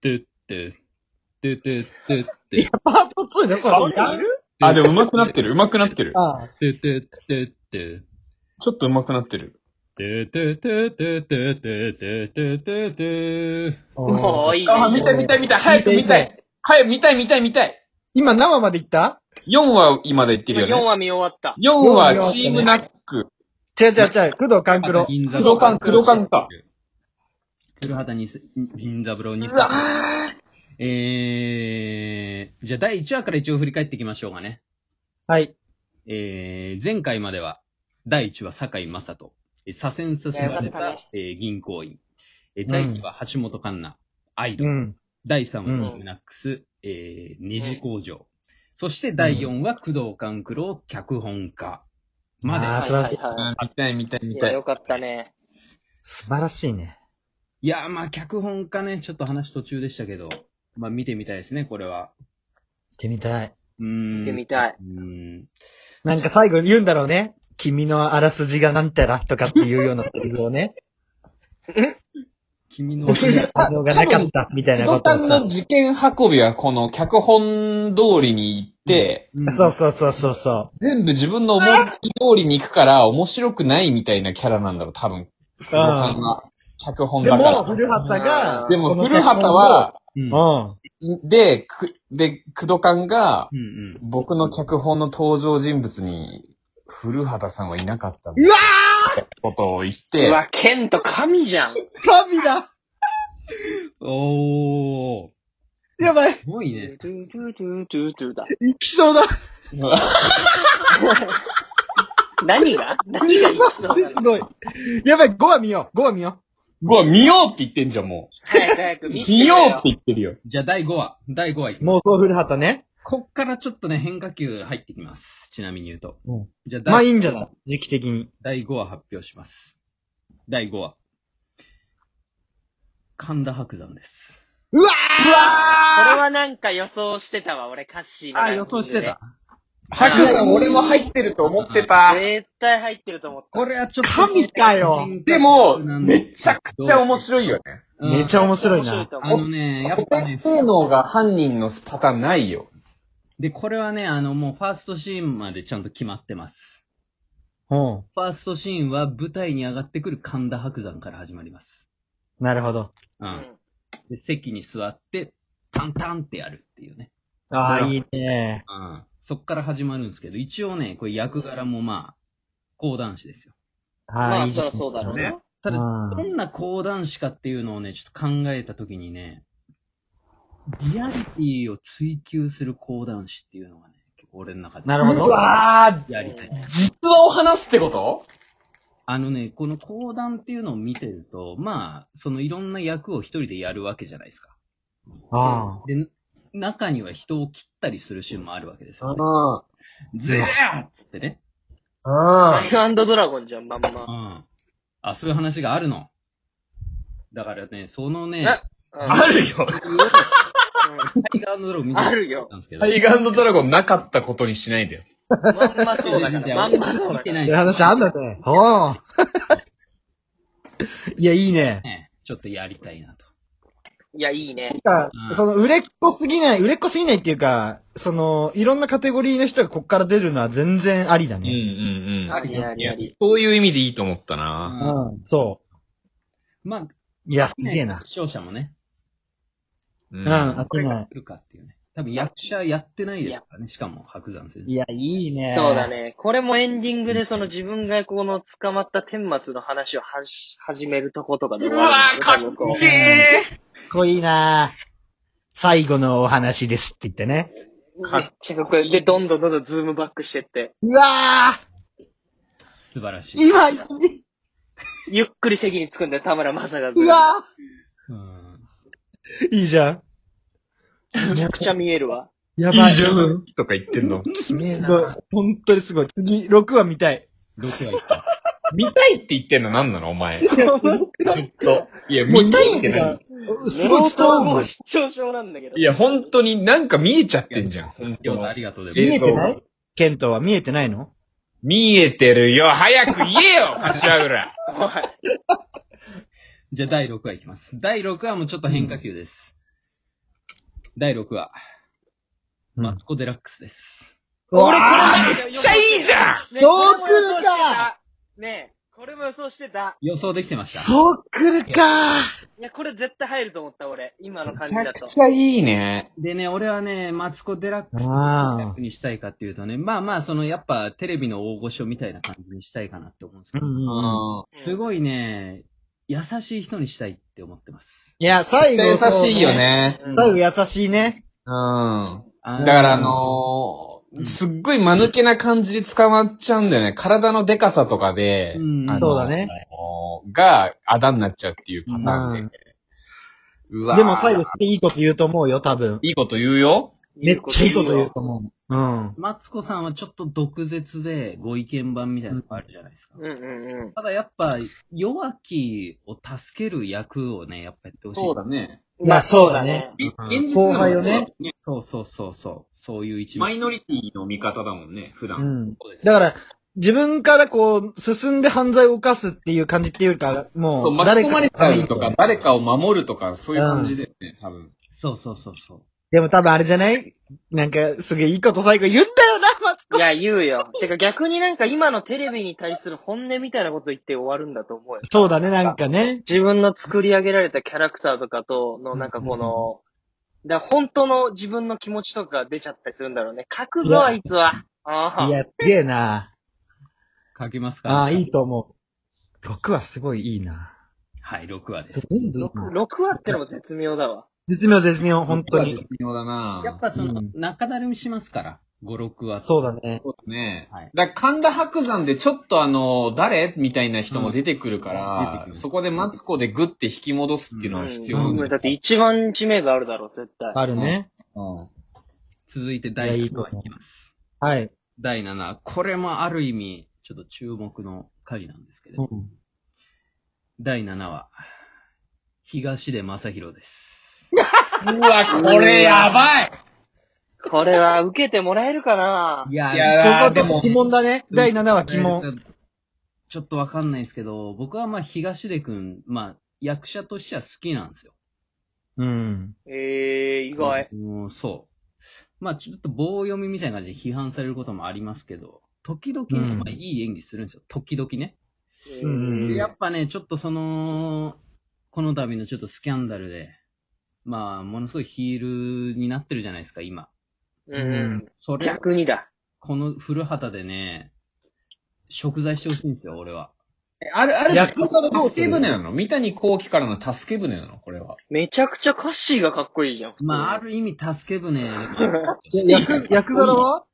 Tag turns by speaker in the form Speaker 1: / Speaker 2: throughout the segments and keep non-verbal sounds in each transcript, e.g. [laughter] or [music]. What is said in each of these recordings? Speaker 1: てって、てててって、
Speaker 2: パート2のこれやる
Speaker 3: あ、でも上手くなってる。上手くなってる。
Speaker 2: ああ
Speaker 1: てててって、
Speaker 3: ちょっと上手くなってる。
Speaker 1: てててててててててて。
Speaker 4: もういいね。
Speaker 3: あ、見たい見たい見たい。早く見た
Speaker 2: 見
Speaker 3: い。早く見たい見たい見たい。
Speaker 2: 今何話までいった
Speaker 3: 4話今で言って
Speaker 4: 今
Speaker 3: る
Speaker 4: 4
Speaker 3: よね。
Speaker 4: 話見終わった。
Speaker 3: 4話チームナック。
Speaker 2: 違う違う違う、工藤勘九郎。
Speaker 1: 銀
Speaker 3: 黒缶黒缶か。
Speaker 1: 古畑にす、銀座風呂に
Speaker 3: う。わ
Speaker 1: えー、じゃあ第1話から一応振り返っていきましょうかね。
Speaker 2: はい。
Speaker 1: えー、前回までは、第1話、坂井正人。えー左遷させられた
Speaker 4: いやよかった
Speaker 1: えー銀行員。えー第2話、橋本環奈。アイド
Speaker 2: う
Speaker 1: ル。
Speaker 2: ん。
Speaker 1: 第3
Speaker 2: うん
Speaker 1: 話、ルナックス、えー、二次工場。そして第4話、工藤官九郎、脚本家。まで
Speaker 2: あー素晴らしい
Speaker 4: はいはいは
Speaker 3: ー見たい見たい
Speaker 4: い。
Speaker 3: 見
Speaker 4: い
Speaker 3: た
Speaker 4: や、
Speaker 3: い
Speaker 4: よ。かったね。
Speaker 2: 素晴らしいね。
Speaker 1: いやー、まあ、脚本家ね、ちょっと話途中でしたけど、まあ、見てみたいですね、これは。
Speaker 2: 行ってみたい。
Speaker 1: うーん。
Speaker 4: 見てみたい。
Speaker 1: うん。
Speaker 2: なんか最後言うんだろうね。君のあらすじがなんたらとかっていうようなセリフをね。
Speaker 1: 君の、
Speaker 2: 僕 [laughs] には才能がなかったみたいな
Speaker 3: 木
Speaker 2: こ
Speaker 3: 戸
Speaker 2: と
Speaker 3: さ
Speaker 2: を
Speaker 3: ん
Speaker 2: さ
Speaker 3: の事件運びはこの脚本通りに行って、
Speaker 1: うん
Speaker 2: そうそうそうそうそ
Speaker 3: 全部自分の思い通りに行くから面白くないみたいなキャラなんだろう、多
Speaker 2: う。
Speaker 3: 分。
Speaker 2: うん。
Speaker 3: 脚本
Speaker 2: で
Speaker 3: だから
Speaker 2: も、。古畑が、
Speaker 3: でも、古畑は、
Speaker 1: うん。
Speaker 2: うん、
Speaker 3: で、く、で、工藤勘が
Speaker 1: う、んうん。
Speaker 3: 僕の脚本の登場人物に、古畑さんはいなかったみ
Speaker 2: うわ
Speaker 3: たいなことを言っ
Speaker 4: う
Speaker 3: て、
Speaker 4: わ、剣と神じゃん。
Speaker 2: 神だ
Speaker 1: おー。
Speaker 2: やばい
Speaker 1: すごい
Speaker 4: ド
Speaker 1: ね
Speaker 4: ゥ。ドゥドゥドゥドゥだ。
Speaker 2: 行きそうだ
Speaker 4: 何が何がいい
Speaker 2: すごい。やばい、5話見よう !5 話見よ
Speaker 3: うわ、見ようって言ってんじゃん、も
Speaker 4: 早く早く
Speaker 3: う。
Speaker 4: 見
Speaker 3: 見
Speaker 4: せてよ
Speaker 3: ようって言ってるよ。
Speaker 1: じゃあ、第5話。第5話いき
Speaker 2: う
Speaker 1: ます。
Speaker 2: 妄想古畑ね。
Speaker 1: こっからちょっとね、変化球入ってきます。ちなみに言うと。
Speaker 2: うん
Speaker 1: じゃあ、第
Speaker 2: まあいいんじゃない時期的に。
Speaker 1: 第5話発表します。第5話。神田伯山です。
Speaker 2: うわ
Speaker 4: これはなんか予想してたわ、俺、カッシーの。
Speaker 1: あ、予想してた。。
Speaker 3: 白さん、俺も入ってると思ってた。
Speaker 4: 絶対入ってると思った。
Speaker 1: これはちょっと。
Speaker 2: 神かよ
Speaker 3: でも、めちゃくちゃ面白いよね。
Speaker 1: うん
Speaker 2: めちゃ面白いな。
Speaker 4: と
Speaker 1: あ
Speaker 4: 思う
Speaker 1: のね、やっぱね、
Speaker 3: 性能が犯人のパターンないよ。
Speaker 1: で、これはね、あの、もうファーストシーンまでちゃんと決まってます。
Speaker 2: うん。
Speaker 1: ファーストシーンは舞台に上がってくる神田伯山から始まります。
Speaker 2: なるほど。
Speaker 1: う。
Speaker 4: うん
Speaker 1: で、席に座って、タンタンってやるっていうね。
Speaker 2: ああ、
Speaker 3: うん
Speaker 2: いいね。
Speaker 1: うん。そっから始まるんですけど、一応ね、これ役柄もまあ、講談師ですよ。
Speaker 2: あ
Speaker 4: ま
Speaker 2: あ、い
Speaker 4: あ、
Speaker 2: いじ
Speaker 4: そ
Speaker 2: ゃん
Speaker 4: らそうだろうな。
Speaker 1: ただ、
Speaker 2: う
Speaker 1: ど
Speaker 2: ん
Speaker 1: んな講談師かっていうのをね、ちょっと考えたときにね、リアリティを追求する講談師っていうのがね、結構俺の中で。
Speaker 2: なるほど
Speaker 3: うわ
Speaker 1: やりたい。
Speaker 3: ー、実話を話すってこと
Speaker 1: あのね、この講談っていうのを見てると、まあ、そのいろんな役を一人でやるわけじゃないですか。
Speaker 2: あ
Speaker 1: で、中には人を切ったりするシーンもあるわけですよ、ね。
Speaker 3: ん。
Speaker 1: ズヤーっつってね。
Speaker 3: うん
Speaker 4: マインドドラゴンじゃん、まん
Speaker 1: う
Speaker 4: ま。
Speaker 1: ん。あ、そういう話があるの。だからね、そのね、
Speaker 4: なうん
Speaker 3: あるよ。
Speaker 1: うんタイガーのドロー見て
Speaker 4: あ
Speaker 1: た
Speaker 4: るよ。
Speaker 1: んですけど。
Speaker 3: タイガードラゴンなかったことにしないでよ。
Speaker 4: まんまそうだ
Speaker 1: いやい
Speaker 4: か
Speaker 1: や
Speaker 4: ら、
Speaker 1: いや
Speaker 4: まんまそう
Speaker 1: 見
Speaker 4: だか
Speaker 1: てな
Speaker 2: あ。
Speaker 4: ら。
Speaker 1: い
Speaker 2: いう話あんだね。おー [laughs] いや、いいね。
Speaker 1: ね、ちょっとやりたいなと。
Speaker 4: いや、いいね。
Speaker 2: なんか
Speaker 1: うん
Speaker 2: その、売れっ子すぎない、売れっ子すぎないっていうか、その、いろんなカテゴリーの人がこっから出るのは全然ありだ
Speaker 3: うん
Speaker 2: ね。
Speaker 3: うんうん。
Speaker 4: ありあ
Speaker 3: い
Speaker 4: り
Speaker 3: や
Speaker 4: あり。
Speaker 3: そういう意味でいいと思ったな。
Speaker 1: うん
Speaker 2: うん、そ
Speaker 1: まあ、
Speaker 2: う。いや、す
Speaker 1: ね
Speaker 2: げえな。
Speaker 1: 視聴者もね、
Speaker 3: う
Speaker 2: うんん、あってない。
Speaker 1: 来るかっていうね。多分役者やってないですからね、しかも白山先
Speaker 2: い
Speaker 1: 生。
Speaker 2: や、いいね。
Speaker 4: そうだ。ね。これもエンディングでその自分がこの捕まった天末の話をはし、始めるとことかで終わるんだよね。多分こ
Speaker 2: けえかっこいいな最後のお話ですって言ってね。
Speaker 4: うめっちゃかっこいい。で、どんどんどんどんズームバックしてって、
Speaker 2: うわー
Speaker 1: 素晴らしい。
Speaker 2: 今、
Speaker 4: ゆっくり席に着くんだよ、田村正和が。
Speaker 2: うわ
Speaker 1: うん。
Speaker 2: ーいいじゃん。
Speaker 4: めちゃくちゃ見えるわ。
Speaker 2: や
Speaker 3: い
Speaker 2: ば
Speaker 3: い
Speaker 2: い。
Speaker 3: じゃんとか言っ
Speaker 2: [laughs]
Speaker 3: てんの。
Speaker 2: すごい。本当にすごい。次、6話見たい。
Speaker 1: 6話いった。
Speaker 3: 見たいって言ってんの何なのお前。ずっと。いや、
Speaker 2: もう
Speaker 3: 見たいって何
Speaker 2: すごい伝わる
Speaker 4: も
Speaker 2: も。
Speaker 4: うん失調症なんだけど。
Speaker 3: いや、本当になんか見えちゃってんじゃん。本当
Speaker 1: 今日
Speaker 3: に
Speaker 1: ありがとうござい
Speaker 2: 見
Speaker 1: ます。
Speaker 2: えてないケントは見えてないの
Speaker 3: 見えてるよ早く言えよ柏浦
Speaker 4: おい
Speaker 1: じゃあ第6話いきます。第6話もちょっと変化球です。第6話、
Speaker 2: うん
Speaker 1: マツコデラックスです。
Speaker 2: 俺こ
Speaker 4: めっちゃいいじゃん
Speaker 2: そう来るか
Speaker 4: ねえ、これも予想してた。
Speaker 1: 予想できてました。
Speaker 2: そう来るか
Speaker 4: いや、これ絶対入ると思った、俺。今の
Speaker 3: め
Speaker 4: 感じ
Speaker 3: ちゃ
Speaker 4: だ
Speaker 3: く
Speaker 4: と。
Speaker 3: ちゃいいね。
Speaker 1: でね、俺はね、マツコデラックス
Speaker 2: あ
Speaker 1: にしたいかっていうとね、まあまあ、そのやっぱテレビの大御所みたいな感じにしたいかなって思うんです
Speaker 2: あ。
Speaker 1: けど、
Speaker 3: うん。
Speaker 1: すごいね、優しい人にしたいって思ってます。
Speaker 2: いや、最後。
Speaker 3: 優しいよ
Speaker 2: そうね。
Speaker 3: ね。
Speaker 4: うん
Speaker 2: 最後優しいね。
Speaker 3: うん。
Speaker 1: だ
Speaker 3: だからあのーすっごい間抜けな感じで捕まっちゃうんだよね。体のデカさとかで、
Speaker 1: うん
Speaker 3: あの
Speaker 2: そうだね。
Speaker 3: が、あだになっちゃうっていうパターンで。うわー
Speaker 2: でも最後っていいこと言うと思うよ、多分。
Speaker 3: いいこと言うよ。
Speaker 2: めっちゃいいこと言うと
Speaker 4: う。
Speaker 2: 思う。うん。
Speaker 1: マツコさんはちょっと毒舌でご意見番みたいなのがあるじゃないですか。
Speaker 4: うんうんうん。
Speaker 1: ただやっぱ、弱気を助ける役をね、やっぱやってほしい。ね。
Speaker 3: ね。
Speaker 2: いや、そうだね。
Speaker 3: 現実
Speaker 2: 後輩をね。
Speaker 1: そうそうそうそう。そういう一
Speaker 3: マイ
Speaker 1: 番。
Speaker 3: ノリティの味方だもんね、普
Speaker 2: う
Speaker 3: 段。
Speaker 2: ん。
Speaker 1: そうです
Speaker 2: だから、自分からこう、進んで犯罪を犯すっていう感じっていうか、
Speaker 3: そう、
Speaker 2: もう、
Speaker 3: 巻き
Speaker 2: 誰
Speaker 3: 込ま
Speaker 2: か
Speaker 3: れ
Speaker 2: の
Speaker 3: ちゃ
Speaker 2: ため
Speaker 3: う
Speaker 2: に
Speaker 3: とか、誰かを守るとか、そういう感じだよね、多分。
Speaker 1: そうそうそうそう。
Speaker 2: でも多分あれじゃないなんか、すげえいいこと最後言ったよな、マツコ
Speaker 4: いや、言うよ。 [laughs] てか逆になんか今のテレビに対する本音みたいなこと言って終わるんだと思うよ。
Speaker 2: そうだね、なんかね。
Speaker 4: 自分の作り上げられたキャラクターとかとの、なんかこの、だから本当の自分の気持ちとかが出ちゃったりするんだろうね。書く
Speaker 2: いや
Speaker 4: ぞ、あいつは。ああ。
Speaker 2: いや、すげえな。
Speaker 1: 書けますか
Speaker 2: ああ、いいと思う。6はすごいいいな。
Speaker 1: はい、6話です。
Speaker 2: 全部いい
Speaker 4: 6、
Speaker 2: な。
Speaker 4: 6話ってのも絶妙だわ。
Speaker 2: 絶妙絶妙、本当に。
Speaker 3: 微妙だな
Speaker 1: やっぱその、
Speaker 2: うん
Speaker 1: 中だるみしますから、5、6話。
Speaker 2: そうだね。
Speaker 3: そうだね。
Speaker 1: はい
Speaker 3: だから神田伯山でちょっとあの、誰みたいな人も出てくるから、
Speaker 1: うん出てくる
Speaker 3: そこでマツコでグッて引き戻すっていうのは必要なんだ
Speaker 4: う
Speaker 3: よ
Speaker 4: ん、だって一番知名度あるだろう、絶対。
Speaker 2: あるね。
Speaker 3: うん
Speaker 1: 続いて第7話いきます。
Speaker 2: はい。
Speaker 1: 第7話。これもある意味、ちょっと注目の回なんですけれど。
Speaker 2: うん
Speaker 1: 第7話。東出正宏です。
Speaker 3: うわ、これやばい
Speaker 4: これは受けてもらえるかない
Speaker 1: や
Speaker 3: いやーでも
Speaker 2: 疑問だね。第7話疑問。。
Speaker 1: ちょっとわかんないですけど、僕はまあ東出くん、まあ役者としては好きなんですよ。
Speaker 2: うん。
Speaker 4: ええ意外。
Speaker 1: うん、そう。まあちょっと棒読みみたいな感じで批判されることもありますけど、時々ね、
Speaker 2: うん
Speaker 1: まあいい演技するんですよ。時々ね。
Speaker 2: うん
Speaker 1: で
Speaker 4: え
Speaker 1: やっぱね、ちょっとその、この度のちょっとスキャンダルで、まあものすごいヒールになってるじゃないですか、今。
Speaker 4: ーうん。
Speaker 1: それ
Speaker 4: 逆にだ。
Speaker 1: この古畑でね、食材してほしいんですよ、俺は。
Speaker 3: ある、ある
Speaker 2: 役者がどうす
Speaker 3: 助
Speaker 2: る
Speaker 3: け船なの三谷幸喜からの助け船なのこれは。
Speaker 4: めちゃくちゃ歌詞がかっこいいじゃん。
Speaker 1: まあ、あ
Speaker 4: る。
Speaker 1: る意味、助け舟。
Speaker 2: 役、役柄は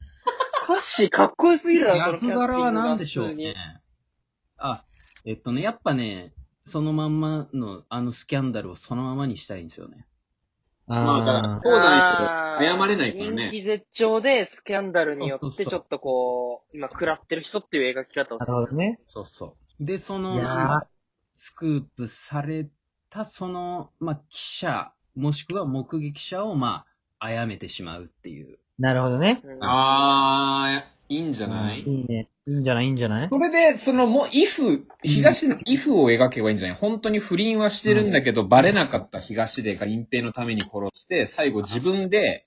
Speaker 4: 歌詞かっこよすぎるな、その
Speaker 1: 役柄は何でしょう
Speaker 4: キャスティング
Speaker 1: ね。あ、えっとね、やっぱね、そのまんまの、あのスキャンダルをそのままにしたいんですよね。
Speaker 2: あ
Speaker 3: そうじゃ
Speaker 4: が
Speaker 3: ないと謝れないから
Speaker 4: 人
Speaker 3: ね。
Speaker 4: 気絶頂でスキャンダルによ
Speaker 1: そう
Speaker 4: っ
Speaker 1: そう
Speaker 4: て
Speaker 1: そう
Speaker 4: ちょっとこう、今食らってる人っていう描き方を
Speaker 2: あ。な
Speaker 4: す
Speaker 2: る
Speaker 4: る。
Speaker 2: ほどね。
Speaker 1: そうそう。で、そ
Speaker 2: いや
Speaker 1: の、スクープされた、その、まあ、記者、もしくは目撃者を、まあ、殺めてしまうっていう。
Speaker 2: なるほどね。
Speaker 4: うん
Speaker 3: あー、いいんじゃない
Speaker 2: いいね。いいんじゃないいいんじゃない
Speaker 3: それで、その、もう、if、東の if を描けばいいんじゃない本当に不倫はしてるんだけど、バレなかった東出が隠蔽のために殺して、最後自分で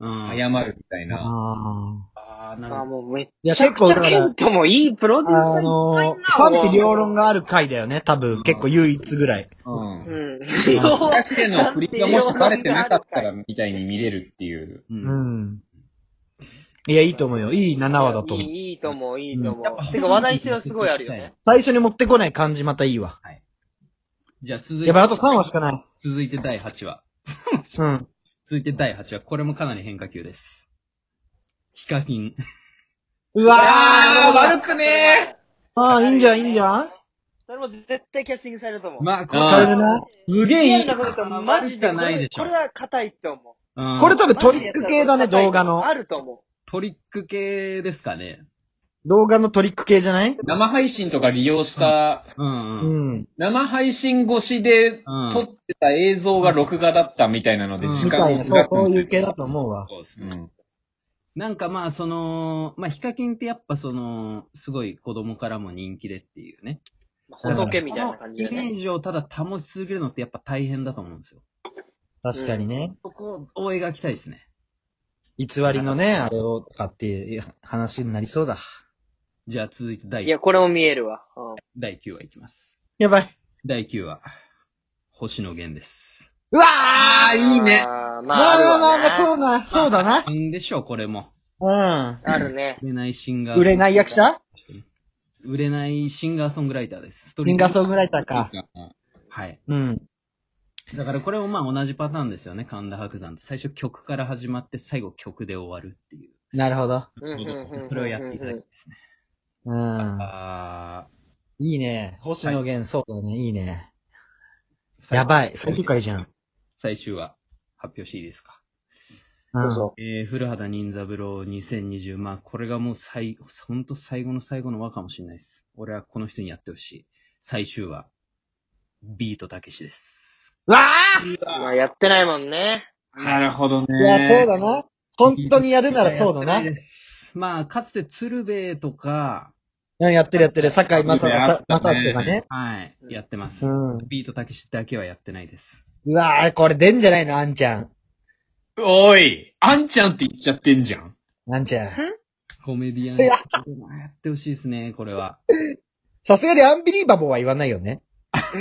Speaker 1: うん。
Speaker 3: 謝るみたいな。
Speaker 2: あ
Speaker 1: ああ、なる
Speaker 4: あ
Speaker 1: ほ
Speaker 4: ー
Speaker 1: ど。
Speaker 4: もうめっ
Speaker 2: いや
Speaker 4: ちゃ
Speaker 2: 結
Speaker 4: く
Speaker 2: 構
Speaker 4: ち
Speaker 2: だ
Speaker 4: ゃ
Speaker 2: から
Speaker 4: ケントもいいプロデューサ
Speaker 2: あ。
Speaker 4: ー
Speaker 2: あ
Speaker 4: いっぱいい
Speaker 2: の
Speaker 4: ん
Speaker 2: ー
Speaker 4: な、
Speaker 2: 賛否両論がある回だよね。多分、結構唯一ぐらい。
Speaker 3: うん。
Speaker 4: うん。
Speaker 2: [laughs]
Speaker 3: 東出の不倫がもしバレてなかったら、みたいに見れるっていう。
Speaker 1: う
Speaker 2: うんん。いや、いいと思う
Speaker 4: [laughs]
Speaker 2: よ。いい7話だと思う。
Speaker 4: いいいいと思う、いいと思
Speaker 1: やっぱ
Speaker 4: う。てか話題性はすごいあるよね。
Speaker 2: 最初に持ってこない感じまたいいわ。
Speaker 1: じゃあ続いて、
Speaker 2: やばい、あと3話しかない。
Speaker 1: 続いて第8話。
Speaker 2: うん。
Speaker 1: 続いて第8話。これもかなり変化球です。ヒカキン。
Speaker 2: うわー
Speaker 3: あー
Speaker 2: なるほど
Speaker 3: 悪くね
Speaker 2: あー、いいんじゃん、いいんじゃん
Speaker 4: それも絶対キャスティングされると思う。
Speaker 1: まあ、こ
Speaker 3: うん
Speaker 2: され
Speaker 1: れ
Speaker 2: るな。
Speaker 1: すげ
Speaker 4: リ
Speaker 1: えい
Speaker 4: アル
Speaker 1: い
Speaker 4: なこと言ったらマジでこ
Speaker 1: ないで
Speaker 4: れ
Speaker 1: し
Speaker 4: こ
Speaker 1: ょ
Speaker 4: れ。は硬いと思
Speaker 1: うん
Speaker 2: これ多分
Speaker 4: う。
Speaker 2: トリック系だね、
Speaker 4: マジで
Speaker 2: 動画の
Speaker 4: あ。ると思
Speaker 1: トリック系ですかね。
Speaker 2: 動画のトリック系じゃない
Speaker 3: 生配信とか利用した、
Speaker 1: うん
Speaker 2: う
Speaker 1: うん。
Speaker 2: ん。
Speaker 3: 生配信越しで
Speaker 1: うん
Speaker 3: 撮ってた映像が録画だったみたいなので、
Speaker 1: うん
Speaker 3: 時
Speaker 2: みた
Speaker 3: 間
Speaker 2: いな、
Speaker 3: がかか
Speaker 2: そう
Speaker 3: っ、
Speaker 2: そう
Speaker 3: て
Speaker 2: いう系だと思うわ。
Speaker 1: そうです
Speaker 3: う
Speaker 1: ね。
Speaker 3: ん。
Speaker 1: なんかまあ、その、まあ、ヒカキンってやっぱその、すごい子供からも人気でっていうね。
Speaker 4: う。仏みたいな感じで
Speaker 1: このイ
Speaker 4: ね。
Speaker 1: メージをただ保ち続けるのってやっぱ大変だと思うんですよ。
Speaker 2: 確かにね。
Speaker 1: そこを描きたいですね。
Speaker 2: 偽りのね、あれを、とかっていう話になりそうだ。
Speaker 1: じゃあ続いて
Speaker 4: い
Speaker 1: 第
Speaker 4: や、これも見えるわ。うん
Speaker 1: 第9話いきます。
Speaker 2: やばい。
Speaker 1: 第9話、星野源です。
Speaker 3: うわー、いいね。。
Speaker 4: あーま
Speaker 2: ま
Speaker 4: あ、
Speaker 2: あまあまあ
Speaker 4: ある
Speaker 2: まあ、そう
Speaker 4: わ
Speaker 2: だ、そうだな。
Speaker 1: なんでしょう、これも。
Speaker 2: う
Speaker 4: な。あるね。
Speaker 1: 売れないシンガー。
Speaker 2: ん。売れない役者
Speaker 1: 売れないシンガーソングライターです。スト
Speaker 2: シンガーソングライター
Speaker 3: なん
Speaker 2: か。
Speaker 3: か
Speaker 1: はい。
Speaker 2: うん。
Speaker 1: だからこれもまあ同じパターンですよね、神田伯山って。最初曲から始まって、最後曲で終わるっていう。
Speaker 2: なるほど。
Speaker 4: うんうんうんうんうん
Speaker 1: それをやっていただきたいですね。
Speaker 2: うん。
Speaker 1: あ
Speaker 2: いいね。星野源、そうだね。いいね。
Speaker 1: ー
Speaker 2: やばい。最終回じゃん。
Speaker 1: 最終話、発表していいですか。
Speaker 4: どう
Speaker 2: うん。
Speaker 4: ぞ。
Speaker 1: えー、古畑任三郎2020。まあ、これがもう最、ほんと最後の最後の話かもしれないです。俺はこの人にやってほしい。最終話、ビートたけしです。
Speaker 3: うわ
Speaker 4: まあ、やってないもんね。
Speaker 3: ーなるほどね。
Speaker 2: いや、そうだな。本当にやるならそうだ
Speaker 1: やって
Speaker 2: な。
Speaker 1: いですまあ、かつて鶴瓶とか、
Speaker 2: うん、やってるやってる。坂井正
Speaker 3: やったね
Speaker 2: 正正人がね。
Speaker 1: はい、やってます
Speaker 2: う。ん。う
Speaker 1: ビートたけしだけはやってないです。
Speaker 2: わぁ、これ出んじゃないのあんちゃん。
Speaker 3: おい、あんちゃんって言っちゃってんじゃん。
Speaker 2: あんちゃん。
Speaker 1: コメディアン
Speaker 2: いや
Speaker 1: やってほしいですね、これは。
Speaker 2: さすがにアンビリーバボーは言わないよね。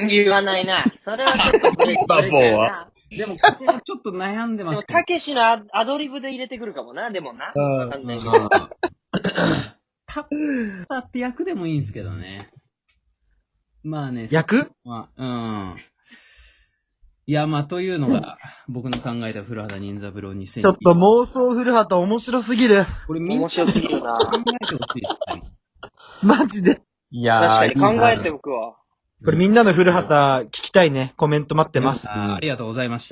Speaker 4: 言わないな。それはちょっとブレイクされちゃ
Speaker 3: バボー
Speaker 4: うな
Speaker 3: は
Speaker 1: でも、ここはちょっと悩んで
Speaker 4: で
Speaker 1: ま
Speaker 4: も、
Speaker 1: すけど
Speaker 4: たけしのアアドリブで入れてくるかもな、でもな。
Speaker 2: うん
Speaker 4: わかんないけど。
Speaker 1: タッパーって役でもいいんですけどね。まあね、
Speaker 2: 役
Speaker 1: まあ、うん。いや、まあ、というのが、僕の考えた古畑任三郎2000。
Speaker 2: ちょっと妄想古畑面白すぎる。
Speaker 1: これみんな
Speaker 4: 面
Speaker 1: 考
Speaker 4: 白すぎるな。
Speaker 1: えてほしいですね。
Speaker 2: マジで。
Speaker 3: いや
Speaker 4: 確かに考えておくわ。
Speaker 2: これみんなの古畑聞きたいね。コメント待ってます。
Speaker 1: あーありがとうございました。